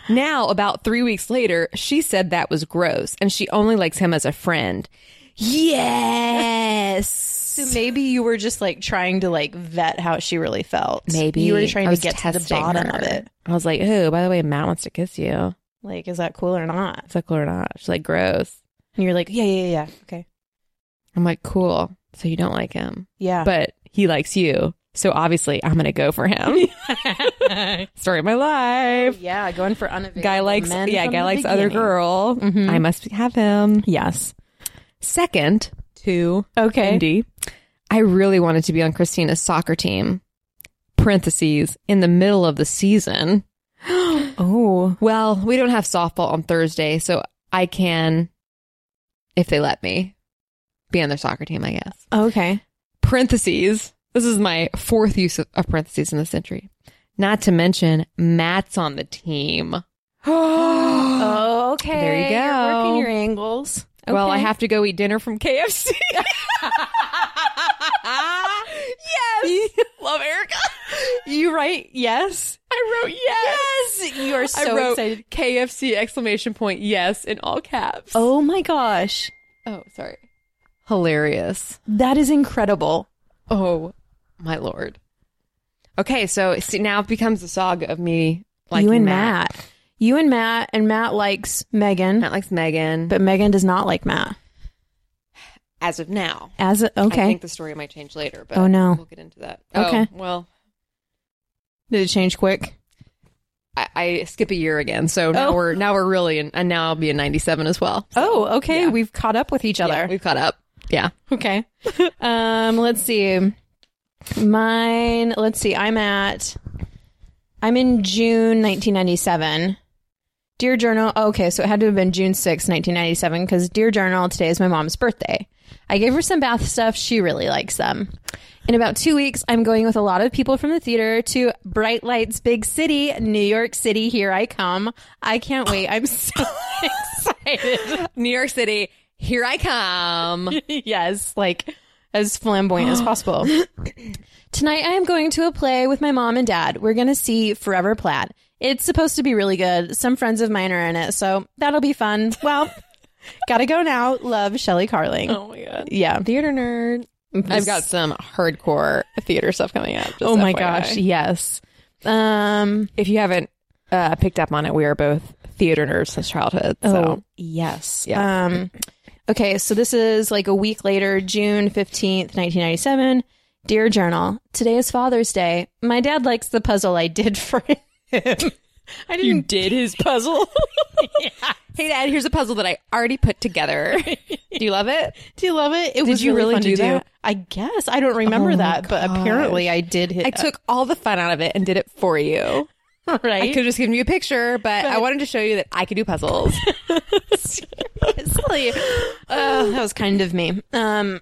Speaker 2: Now, about three weeks later, she said that was gross and she only likes him as a friend. Yes.
Speaker 1: So maybe you were just like trying to like vet how she really felt.
Speaker 2: Maybe
Speaker 1: you were trying to
Speaker 2: I was
Speaker 1: get to the
Speaker 2: testing
Speaker 1: bottom
Speaker 2: her.
Speaker 1: of it.
Speaker 2: I was like, oh, by the way, Matt wants to kiss you.
Speaker 1: Like, is that cool or not?
Speaker 2: It's like, cool or not? She's like, gross.
Speaker 1: And you're like, yeah, yeah, yeah, okay,
Speaker 2: I'm like, cool. So you don't like him,
Speaker 1: yeah.
Speaker 2: but he likes you. So obviously, I'm going to go for him. Story of my life.
Speaker 1: yeah, going for unavailable.
Speaker 2: Guy likes,
Speaker 1: men
Speaker 2: yeah,
Speaker 1: from
Speaker 2: guy
Speaker 1: the
Speaker 2: likes other
Speaker 1: beginning.
Speaker 2: girl.
Speaker 1: Mhm.
Speaker 2: I must have him.
Speaker 1: Yes.
Speaker 2: Second to
Speaker 1: Okay.
Speaker 2: Indy, I really wanted to be on Christina's soccer team. Parentheses in the middle of the season.
Speaker 1: Oh,
Speaker 2: Well, we don't have softball on Thursday, so I can, if they let me, be on their soccer team, I guess.
Speaker 1: okay.
Speaker 2: Parentheses. This is my fourth use of, of parentheses in this century. Not to mention, Matt's on the team. well,
Speaker 1: Oh, okay.
Speaker 2: There you go.
Speaker 1: You're working your angles.
Speaker 2: I
Speaker 1: Okay.
Speaker 2: have to go eat dinner from KFC. yes! Love Erica.
Speaker 1: You write yes.
Speaker 2: I wrote yes.
Speaker 1: You are so
Speaker 2: I wrote
Speaker 1: excited.
Speaker 2: KFC exclamation point yes in all caps.
Speaker 1: Oh my gosh,
Speaker 2: oh, sorry. Hilarious.
Speaker 1: that is incredible.
Speaker 2: Oh, my lord. Okay, so see, now it becomes the saga of me like
Speaker 1: you and Matt. You and Matt, and Matt likes Megan,
Speaker 2: Matt likes Megan, but
Speaker 1: but Megan does not like Matt.
Speaker 2: as of now,
Speaker 1: As a,
Speaker 2: I
Speaker 1: okay,
Speaker 2: think the story might change later. But
Speaker 1: Oh, no.
Speaker 2: we'll get into that.
Speaker 1: Okay.
Speaker 2: Oh, well,
Speaker 1: did it change quick?
Speaker 2: I, I skip a year again, so now
Speaker 1: Oh.
Speaker 2: we're now we're really in, and now I'll be in '97 as well.
Speaker 1: Oh, okay.
Speaker 2: yeah.
Speaker 1: We've caught up with each
Speaker 2: Yeah,
Speaker 1: other.
Speaker 2: we've caught up. Yeah.
Speaker 1: okay. um, let's see. Mine. Let's see. I'm at. I'm in June 1997. Dear Journal. oh, Okay, so it had to have been June 6, 1997, because Dear Journal. Today is my mom's birthday. I gave her some bath stuff. She really likes them. In about two weeks, I'm going with a lot of people from the theater to Bright Lights Big City, New York City. Here I come. I can't wait. I'm so excited.
Speaker 2: New York City, here I come.
Speaker 1: yes, like as flamboyant as possible. Tonight I am going to a play with my mom and dad. We're going to see Forever Plaid. It's supposed to be really good. Some friends of mine are in it, so that'll be fun. Well, gotta go now. Love, Shelley Carling.
Speaker 2: Oh my god.
Speaker 1: Yeah.
Speaker 2: Theater nerd. I've got some hardcore theater stuff coming up. just
Speaker 1: Oh my
Speaker 2: FYI.
Speaker 1: gosh, yes. Um
Speaker 2: If you haven't uh, picked up on it, we are both theater nerds since childhood. So
Speaker 1: Oh, yes.
Speaker 2: Yeah.
Speaker 1: Um, okay, so this is like a week later, June 15th, 1997. Dear Journal, today is Father's Day. My dad likes the puzzle I did for him. I didn't.
Speaker 2: did his puzzle. Hey Dad, here's a puzzle that I already put together. Do you love it?
Speaker 1: do you love it? It was
Speaker 2: you
Speaker 1: really
Speaker 2: really
Speaker 1: fun
Speaker 2: do
Speaker 1: to
Speaker 2: that?
Speaker 1: do. I guess. I don't remember
Speaker 2: Oh my
Speaker 1: that, but
Speaker 2: gosh.
Speaker 1: apparently I did hit
Speaker 2: I took all the fun out of it and did it for you. I
Speaker 1: uh, right.
Speaker 2: could have just given you a picture, but I wanted to show you that I could do puzzles.
Speaker 1: Seriously. Oh, that was kind of me. Um,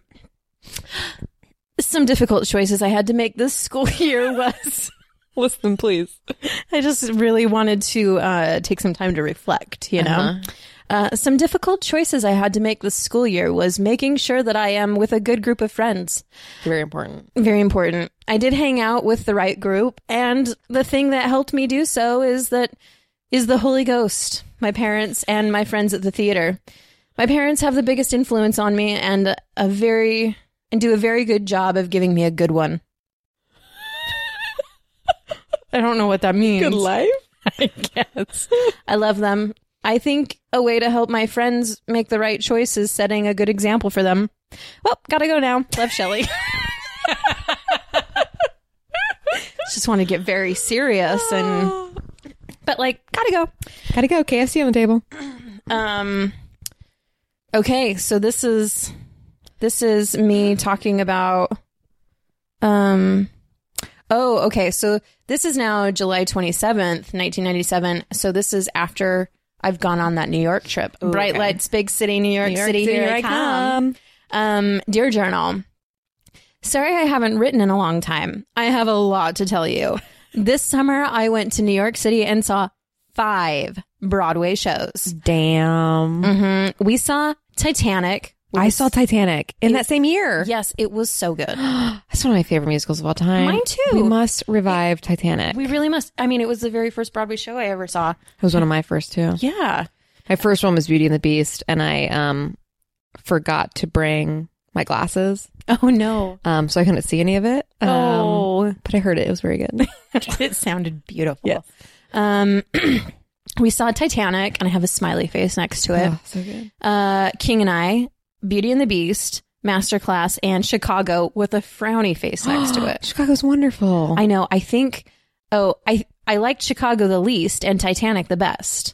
Speaker 1: some difficult choices I had to make this school year was.
Speaker 2: Listen, please.
Speaker 1: I just really wanted to uh, take some time to reflect, you know?
Speaker 2: Uh-huh. Um,
Speaker 1: uh some difficult choices I had to make this school year was making sure that I am with a good group of friends.
Speaker 2: Very important.
Speaker 1: Very important. I did hang out with the right group, and the thing that helped me do so is that is the Holy Ghost, my parents and my friends at the theater. My parents have the biggest influence on me, and a very and do a very good job of giving me a good one. I don't know what that means.
Speaker 2: life, I guess.
Speaker 1: I love them. I think a way to help my friends make the right choice is setting a good example for them. Well, gotta go now. Love Shelly. Just want to get very serious and but like gotta go.
Speaker 2: Gotta go. KFC on the table.
Speaker 1: Um Okay, so this is this is me talking about um Oh, okay. So this is now July 27th, 1997. So this is after I've gone on that New York trip.
Speaker 2: Ooh,
Speaker 1: Bright
Speaker 2: okay.
Speaker 1: lights, big city, New York, City, here, I come. Um, dear journal, sorry I haven't written in a long time. I have a lot to tell you. This summer, I went to New York City and saw five Broadway shows.
Speaker 2: Damn.
Speaker 1: hmm We saw Titanic. We
Speaker 2: I saw Titanic in that same year.
Speaker 1: Yes, it was so good.
Speaker 2: That's one of my favorite musicals of all time.
Speaker 1: Mine too.
Speaker 2: We must revive Titanic.
Speaker 1: We really must. I mean, it was the very first Broadway show I ever saw.
Speaker 2: It was one of my first too.
Speaker 1: Yeah.
Speaker 2: My first one was Beauty and the Beast, and I um forgot to bring my glasses,
Speaker 1: Oh no.
Speaker 2: um, so I couldn't see any of it. Um,
Speaker 1: Oh,
Speaker 2: but I heard it. It was very good.
Speaker 1: it sounded beautiful.
Speaker 2: Yes.
Speaker 1: Um, we saw Titanic, and I have a smiley face next to it.
Speaker 2: Oh, so good.
Speaker 1: Uh, King and I, Beauty and the Beast, Masterclass, and Chicago with a frowny face next to it.
Speaker 2: Chicago's wonderful.
Speaker 1: I know. I think. Oh, I I liked Chicago the least and Titanic the best.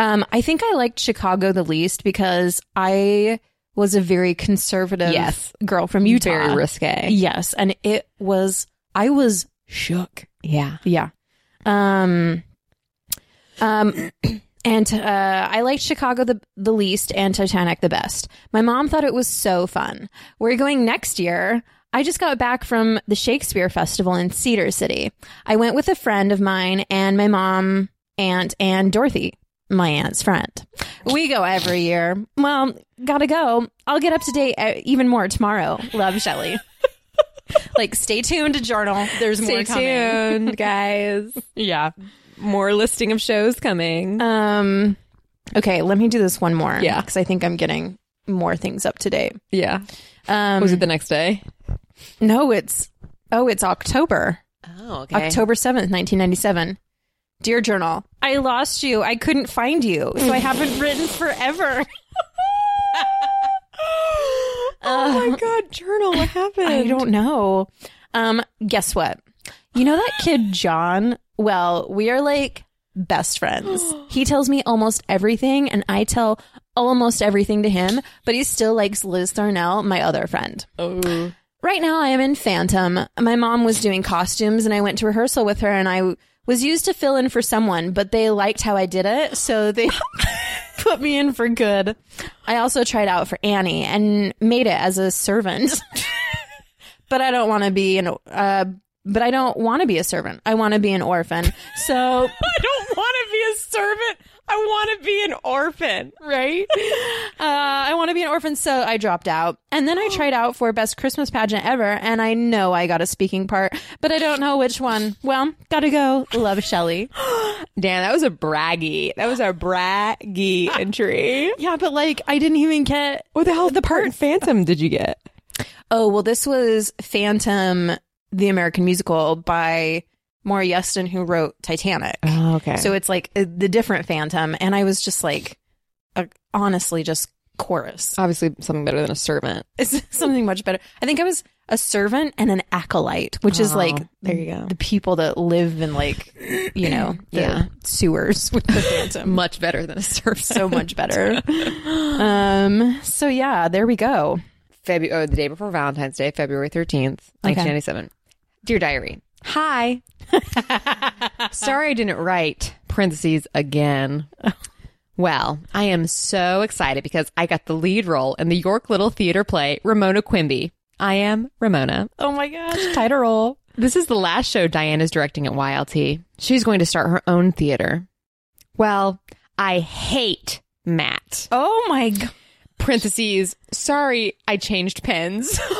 Speaker 1: Um, I think I liked Chicago the least because I was a very conservative
Speaker 2: Yes.
Speaker 1: girl from Utah.
Speaker 2: Very risque.
Speaker 1: Yes, and it was I was shook.
Speaker 2: Yeah.
Speaker 1: Yeah. Um um and uh, I liked Chicago the the least and Titanic the best. My mom thought it was so fun. We're going next year. I just got back from the Shakespeare Festival in Cedar City. I went with a friend of mine and my mom, aunt, and Dorothy, my aunt's friend. We go every year. Well, gotta go. I'll get up to date uh, even more tomorrow. Love, Shelley. like, stay tuned to Journal. There's more
Speaker 2: Stay
Speaker 1: coming.
Speaker 2: tuned, guys. yeah. More listing of shows coming.
Speaker 1: Um, okay, let me do this one more.
Speaker 2: Yeah.
Speaker 1: because I think I'm getting more things up to date.
Speaker 2: yeah.
Speaker 1: Um,
Speaker 2: Was it the next day?
Speaker 1: no, it's oh, it's October,
Speaker 2: Oh,
Speaker 1: October seventh, nineteen ninety seven. Dear journal, I lost you. I couldn't find you, so I haven't written forever. Uh,
Speaker 2: oh my god, journal, what happened?
Speaker 1: I don't know. Um, guess what? You know that kid John? Well, we are like best friends. He tells me almost everything, and I tell almost everything to him. But he still likes Liz Darnell, my other friend.
Speaker 2: Oh.
Speaker 1: Right now, I am in Phantom. My mom was doing costumes, and I went to rehearsal with her, and I w- was used to fill in for someone, but they liked how I did it, so they put me in for good. I also tried out for Annie and made it as a servant, but I don't want to be an. Uh, but I don't want to be a servant. I want to be an orphan. So
Speaker 2: I don't want to be a servant. I want to be an orphan, right?
Speaker 1: uh, I want to be an orphan, so I dropped out. And then I tried out for Best Christmas Pageant Ever, and I know I got a speaking part, but I don't know which one. Well, gotta go. Love Shelley.
Speaker 2: Dan, that was a braggy. That was a braggy entry.
Speaker 1: yeah, but like, I didn't even get.
Speaker 2: What the hell the part in Phantom did you get?
Speaker 1: Oh, well, this was Phantom, the American musical by Maury Yeston, who wrote Titanic.
Speaker 2: Oh, okay.
Speaker 1: So it's like uh, the different Phantom, and I was just like, uh, honestly, just chorus.
Speaker 2: obviously something better than a servant.
Speaker 1: It's something much better. I think I was a servant and an acolyte, which is
Speaker 2: Oh,
Speaker 1: like
Speaker 2: there you go.
Speaker 1: the people that live in like you know the
Speaker 2: Yeah.
Speaker 1: sewers with the phantom.
Speaker 2: Much better than a servant.
Speaker 1: so much better. Um. So yeah, there we go.
Speaker 2: February, oh, the day before Valentine's Day, February 13th, 1997. Dear Diary. Hi. Sorry I didn't write, parentheses, again. Well, I am so excited because I got the lead role in the York Little Theater play, Ramona Quimby. I am Ramona.
Speaker 1: Oh my gosh, title roll.
Speaker 2: This is the last show Diane is directing at YLT. She's going to start her own theater. Well, I hate Matt.
Speaker 1: Oh my god.
Speaker 2: Parentheses. Sorry, I changed pens.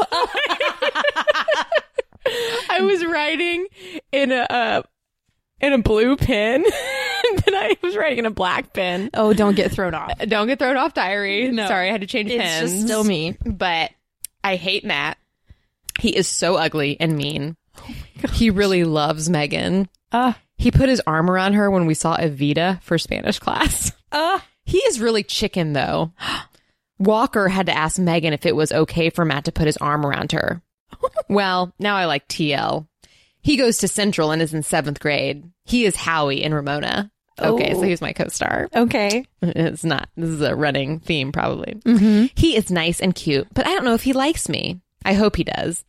Speaker 2: I was writing in a uh, in a blue pen, and then I was writing in a black pen.
Speaker 1: Oh, don't get thrown off.
Speaker 2: Don't get thrown off, diary. Sorry, I had to change
Speaker 1: It's
Speaker 2: pens.
Speaker 1: just still me.
Speaker 2: But I hate Matt. He is so ugly and mean. he really loves Megan.
Speaker 1: Uh,
Speaker 2: He put his arm around her when we saw Evita for Spanish class.
Speaker 1: uh,
Speaker 2: He is really chicken, though. Walker had to ask Megan if it was okay for Matt to put his arm around her. well, now I like TL. He goes to Central and is in seventh grade. He is Howie and Ramona. Okay, so
Speaker 1: Oh.
Speaker 2: he's my co star.
Speaker 1: okay.
Speaker 2: It's not, this is a running theme, probably. He is nice and cute, but I don't know if he likes me. I hope he does.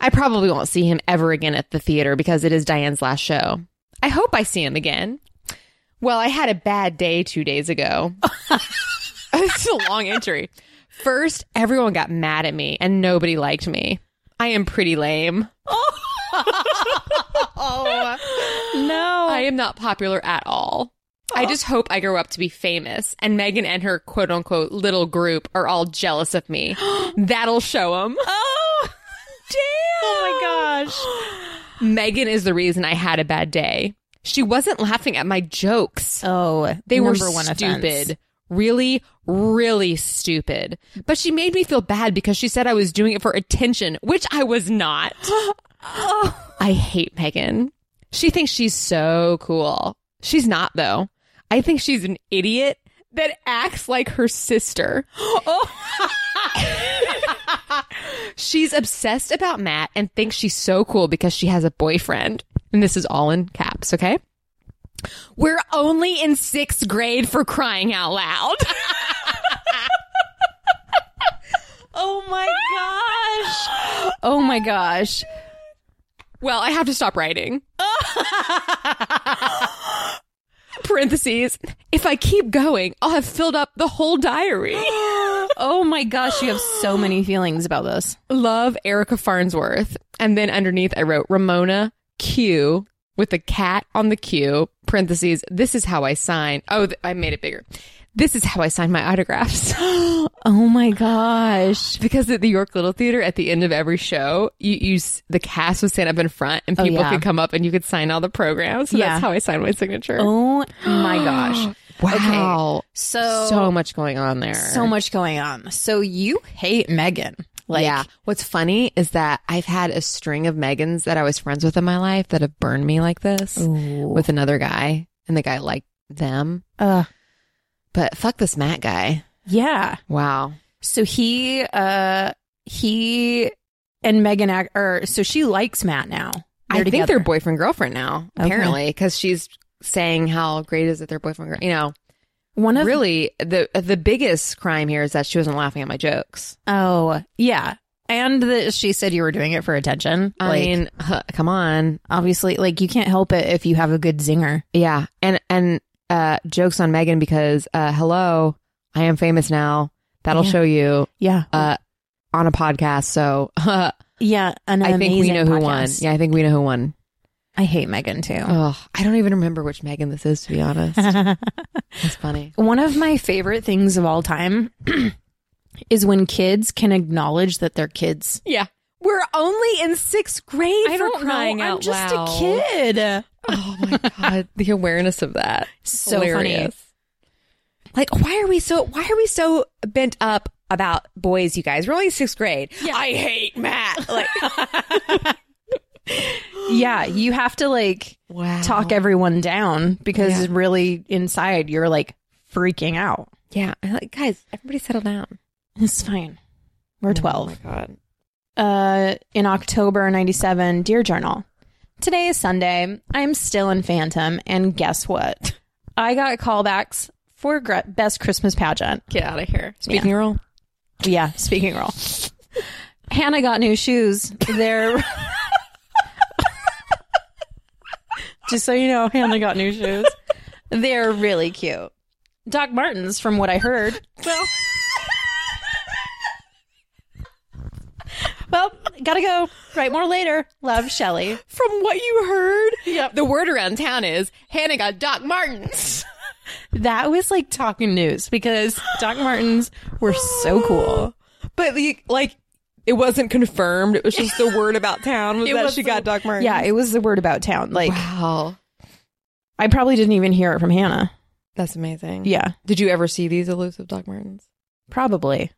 Speaker 2: I probably won't see him ever again at the theater because it is Diane's last show. I hope I see him again. Well, I had a bad day two days ago. it's a long entry. First, everyone got mad at me and nobody liked me. I am pretty lame.
Speaker 1: No.
Speaker 2: I am not popular at all. I just hope I grow up to be famous and Megan and her quote unquote little group are all jealous of me. That'll show them.
Speaker 1: Oh, damn. Oh my gosh.
Speaker 2: Megan is the reason I had a bad day. She wasn't laughing at my jokes.
Speaker 1: Oh,
Speaker 2: They were
Speaker 1: number one
Speaker 2: stupid.
Speaker 1: offense.
Speaker 2: Really, really stupid. But she made me feel bad because she said I was doing it for attention, which I was not. I hate Megan. She thinks she's so cool. She's not, though. I think she's an idiot that acts like her sister. she's obsessed about Matt and thinks she's so cool because she has a boyfriend. And this is all in caps, okay? We're only in sixth grade for crying out loud.
Speaker 1: Oh my gosh. Oh my gosh.
Speaker 2: Well, I have to stop writing. Parentheses. If I keep going, I'll have filled up the whole diary.
Speaker 1: Oh my gosh. You have so many feelings about this.
Speaker 2: Love Erica Farnsworth. And then underneath, I wrote Ramona Q with a cat on the Q. Parentheses. This is how I sign. Oh, th- I made it bigger. This is how I sign my autographs.
Speaker 1: Oh my gosh.
Speaker 2: because at the York Little Theater, at the end of every show, you, you s- the cast would stand up in front, and people
Speaker 1: yeah.
Speaker 2: could come up and you could sign all the programs. So
Speaker 1: Yeah.
Speaker 2: that's how I signed my signature.
Speaker 1: Oh my gosh.
Speaker 2: Wow.
Speaker 1: So,
Speaker 2: so much going on there.
Speaker 1: so much going on. So you hate Megan. Like,
Speaker 2: yeah. What's funny is that I've had a string of Megans that I was friends with in my life that have burned me like this with another guy, and the guy liked them.
Speaker 1: uh,
Speaker 2: But fuck this Matt guy.
Speaker 1: yeah.
Speaker 2: Wow.
Speaker 1: So he, uh, he and Megan, ac- or so she likes Matt now.
Speaker 2: I think they're
Speaker 1: together.
Speaker 2: boyfriend girlfriend now,
Speaker 1: Okay.
Speaker 2: apparently, because she's saying how great is it their boyfriend girl. You know,
Speaker 1: one of
Speaker 2: really the the biggest crime here is that she wasn't laughing at my jokes.
Speaker 1: Oh, yeah. And that she said you were doing it for attention.
Speaker 2: I
Speaker 1: like,
Speaker 2: mean, huh, come on,
Speaker 1: obviously, like you can't help it if you have a good zinger.
Speaker 2: yeah, and and uh, jokes on Megan because uh, hello, I am famous now. That'll
Speaker 1: Yeah.
Speaker 2: show you
Speaker 1: Yeah.
Speaker 2: uh, on a podcast. So
Speaker 1: yeah. An
Speaker 2: I think we
Speaker 1: amazing
Speaker 2: know who won.
Speaker 1: podcast.
Speaker 2: Yeah, I think we know who won.
Speaker 1: I hate Megan too.
Speaker 2: Ugh, I don't even remember which Megan this is. To be honest, it's funny.
Speaker 1: One of my favorite things of all time is when kids can acknowledge that they're kids.
Speaker 2: Yeah, we're only in sixth grade
Speaker 1: I don't know. I'm just a kid.
Speaker 2: Oh my god, the awareness of that.
Speaker 1: So funny.
Speaker 2: Hilarious. Like, why are we so why are we so bent up about boys, you guys? We're only sixth grade. I hate Matt. Like
Speaker 1: Yeah. You have to like
Speaker 2: Wow.
Speaker 1: talk everyone down because
Speaker 2: Yeah.
Speaker 1: really inside you're like freaking out.
Speaker 2: Yeah. I'm Like, guys, everybody settle down.
Speaker 1: It's fine. We're 12.
Speaker 2: my god.
Speaker 1: uh, in October 97, Dear Journal. Today is Sunday. I'm still in Phantom, and guess what? I got callbacks for gr- Best Christmas Pageant.
Speaker 2: Get out of here. Speaking role.
Speaker 1: Yeah, speaking role. Hannah got new shoes. They're. Just so you know, Hannah got new shoes. They're really cute. Doc Martens, from what I heard. Well. well, gotta go. Write more later. Love, Shelley.
Speaker 2: From what you heard,
Speaker 1: Yep.
Speaker 2: the word around town is Hannah got Doc Martens.
Speaker 1: That was like talking news because Doc Martens were so cool.
Speaker 2: But like it wasn't confirmed. It was just the word about town was
Speaker 1: It was the-
Speaker 2: Doc Martens.
Speaker 1: Yeah, it was the word about town. Like,
Speaker 2: Wow.
Speaker 1: I probably didn't even hear it from Hannah.
Speaker 2: That's amazing.
Speaker 1: Yeah.
Speaker 2: Did you ever see these elusive Doc Martens?
Speaker 1: Probably.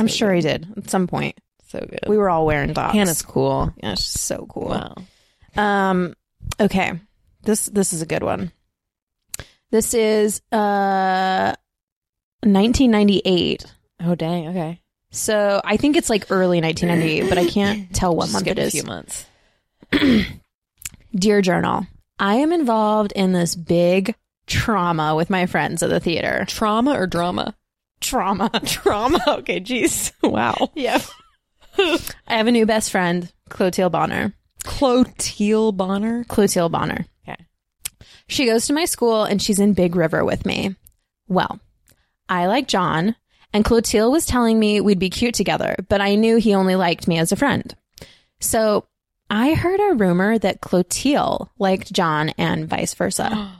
Speaker 1: I'm
Speaker 2: So
Speaker 1: sure he did at some point.
Speaker 2: So good.
Speaker 1: We were all wearing docs.
Speaker 2: Hannah's cool.
Speaker 1: yeah, she's so cool. Um, okay, this this is a good one. This is uh, 1998.
Speaker 2: Oh dang. Okay.
Speaker 1: So I think it's like early 1998, but I can't tell what month it is.
Speaker 2: months.
Speaker 1: Dear Journal, I am involved in this big trauma with my friends at the theater.
Speaker 2: Trauma or drama?
Speaker 1: Trauma.
Speaker 2: Trauma. Okay. Jeez. Wow.
Speaker 1: Yep. I I have a new best friend, Clotilde Bonner.
Speaker 2: Clotilde Bonner.
Speaker 1: Clotilde Bonner.
Speaker 2: Okay.
Speaker 1: She goes to my school and she's in Big River with me. Well, I like John, and Clotilde was telling me we'd be cute together, but I knew he only liked me as a friend. So I heard a rumor that Clotilde liked John and vice versa.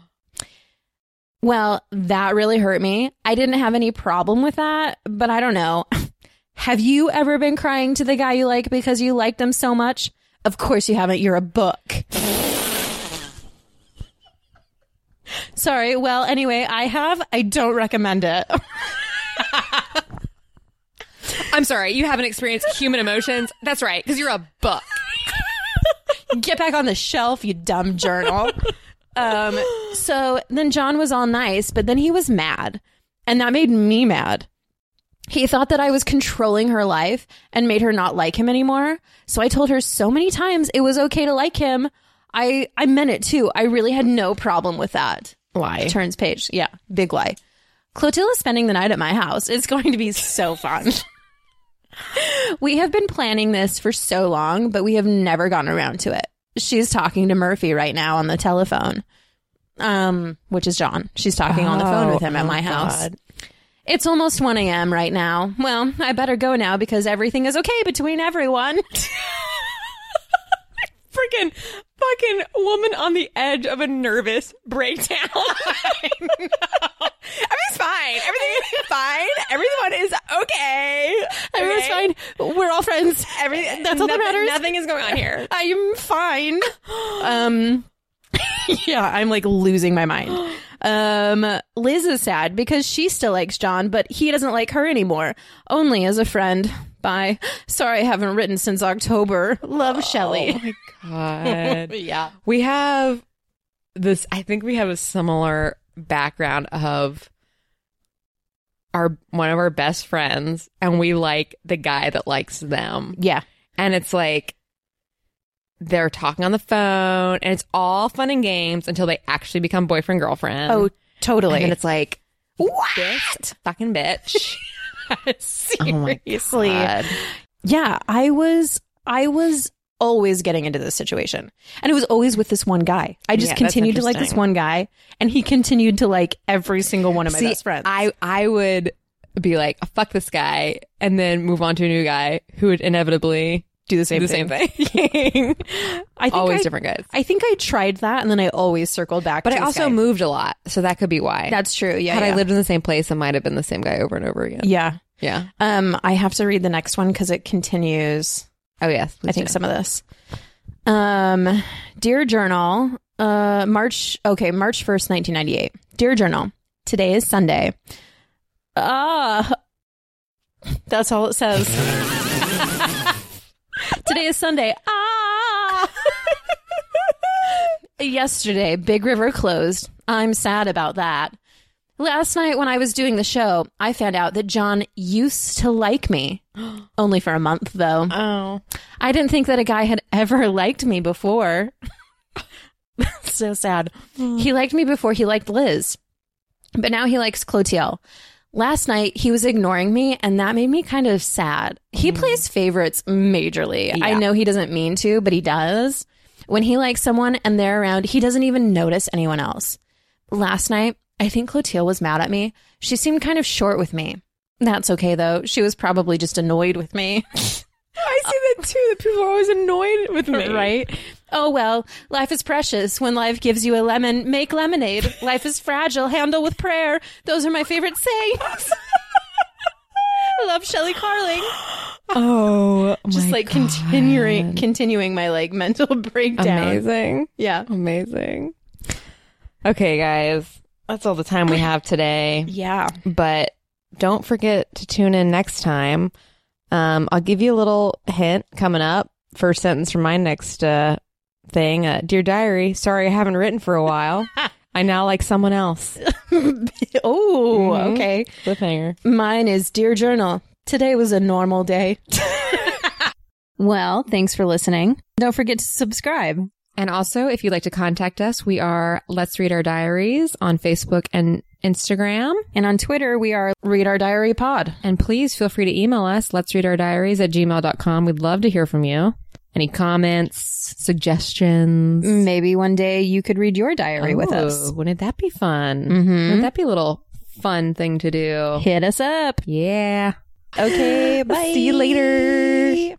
Speaker 1: well, that really hurt me. I didn't have any problem with that, but I don't know. have you ever been crying to the guy you like because you liked him so much? Of course you haven't. You're a book. Sorry. Well, anyway, I have. I don't recommend it.
Speaker 2: I'm sorry, you haven't experienced human emotions. That's right, because you're a book.
Speaker 1: Get back on the shelf, you dumb journal. um, so then John was all nice, but then he was mad. And that made me mad. He thought that I was controlling her life and made her not like him anymore. So I told her so many times it was okay to like him. I, I meant it too. I really had no problem with that.
Speaker 2: Lie.
Speaker 1: Turns page. Yeah, big lie. Clotilde is spending the night at my house. It's going to be so fun. we have been planning this for so long, but we have never gotten around to it. She's talking to Murphy right now on the telephone, um, which is John. She's talking on the phone with
Speaker 2: Oh,
Speaker 1: him at my house. It's almost 1 a.m. right now. Well, I better go now because everything is okay between everyone.
Speaker 2: Freaking fucking woman on the edge of a nervous breakdown. Everything's fine. Everything's fine. Everyone is okay.
Speaker 1: Everyone's
Speaker 2: Okay?
Speaker 1: fine. We're all friends.
Speaker 2: Everything.
Speaker 1: That's all that
Speaker 2: nothing-
Speaker 1: matters.
Speaker 2: Nothing is going on here.
Speaker 1: I'm fine. Um, yeah, I'm like losing my mind. Um, Liz is sad because she still likes John, but he doesn't like her anymore. Only as a friend. Bye. Sorry, I haven't written since October. Oh. Love, Shelley.
Speaker 2: my god.
Speaker 1: Yeah.
Speaker 2: we have this. I think we have a similar background of our one of our best friends, and we like the guy that likes them.
Speaker 1: Yeah.
Speaker 2: and it's like they're talking on the phone and it's all fun and games until they actually become boyfriend girlfriend
Speaker 1: Oh,
Speaker 2: and then
Speaker 1: totally.
Speaker 2: it's like
Speaker 1: What?
Speaker 2: this fucking bitch
Speaker 1: Oh my
Speaker 2: seriously
Speaker 1: God. Yeah, I was I was always getting into this situation. And it was always with this one guy. I just
Speaker 2: Yeah, that's
Speaker 1: continued to like this
Speaker 2: interesting.
Speaker 1: one guy and he continued to like every single one of my
Speaker 2: See,
Speaker 1: best friends.
Speaker 2: i i would be like fuck this guy and then move on to a new guy who would inevitably
Speaker 1: do the same
Speaker 2: do the
Speaker 1: thing.
Speaker 2: same thing
Speaker 1: I think
Speaker 2: always
Speaker 1: I,
Speaker 2: different guys
Speaker 1: I think I tried that and then I always circled back
Speaker 2: but
Speaker 1: to
Speaker 2: i
Speaker 1: this
Speaker 2: also
Speaker 1: guy.
Speaker 2: moved a lot so that could be why
Speaker 1: That's true. Yeah.
Speaker 2: had
Speaker 1: yeah.
Speaker 2: i lived in the same place i might have been the same guy over and over again
Speaker 1: Yeah.
Speaker 2: yeah
Speaker 1: Um I have to read the next one cuz it continues
Speaker 2: oh yes
Speaker 1: I
Speaker 2: please
Speaker 1: think
Speaker 2: do.
Speaker 1: some of this. Um, dear journal, uh, March okay, March first, nineteen ninety eight. Dear journal, today is Sunday. Ah, that's all it says. today is Sunday. Ah. Yesterday, Big River closed. I'm sad about that. Last night, when I was doing the show, I found out that John used to like me. Only for a month, though.
Speaker 2: oh
Speaker 1: I didn't think that a guy had ever liked me before. so sad. He liked me before he liked Liz, but now he likes Clotilde. Last night he was ignoring me, and that made me kind of sad. He plays favorites majorly. I
Speaker 2: Yeah.
Speaker 1: know he doesn't mean to, but he does. When he likes someone and they're around, he doesn't even notice anyone else. Last night, I think Clotilde was mad at me. She seemed kind of short with me. That's okay though. She was probably just annoyed with me.
Speaker 2: I see that too. That people are always annoyed with me,
Speaker 1: Right? Oh, well, life is precious. When life gives you a lemon, make lemonade. Life is fragile. Handle with prayer. Those are my favorite sayings. I love Shelley Carling.
Speaker 2: Oh,
Speaker 1: Just like continuing, continuing my like mental breakdown.
Speaker 2: amazing,
Speaker 1: Yeah.
Speaker 2: amazing. Okay, guys, that's all the time we have today.
Speaker 1: Yeah.
Speaker 2: But don't forget to tune in next time. Um, I'll give you a little hint coming up. First sentence from my next uh, thing, uh, dear diary. Sorry, I haven't written for a while. I now like someone else.
Speaker 1: oh,
Speaker 2: Mhm.
Speaker 1: okay.
Speaker 2: Cliffhanger.
Speaker 1: Mine is Dear Journal. Today was a normal day. well, thanks for listening. Don't forget to subscribe.
Speaker 2: And also, if you'd like to contact us, we are Let's Read Our Diaries on Facebook and Instagram.
Speaker 1: And on Twitter, we are Read Our Diary Pod.
Speaker 2: And please feel free to email us, let's read our diaries at gmail.com. We'd love to hear from you. Any comments, suggestions?
Speaker 1: Maybe one day you could read your diary with us.
Speaker 2: Ooh, Oh, Wouldn't that be fun?
Speaker 1: Mm-hmm.
Speaker 2: Wouldn't that be a little fun thing to do?
Speaker 1: Hit us up.
Speaker 2: Yeah.
Speaker 1: Okay, bye.
Speaker 2: See you later.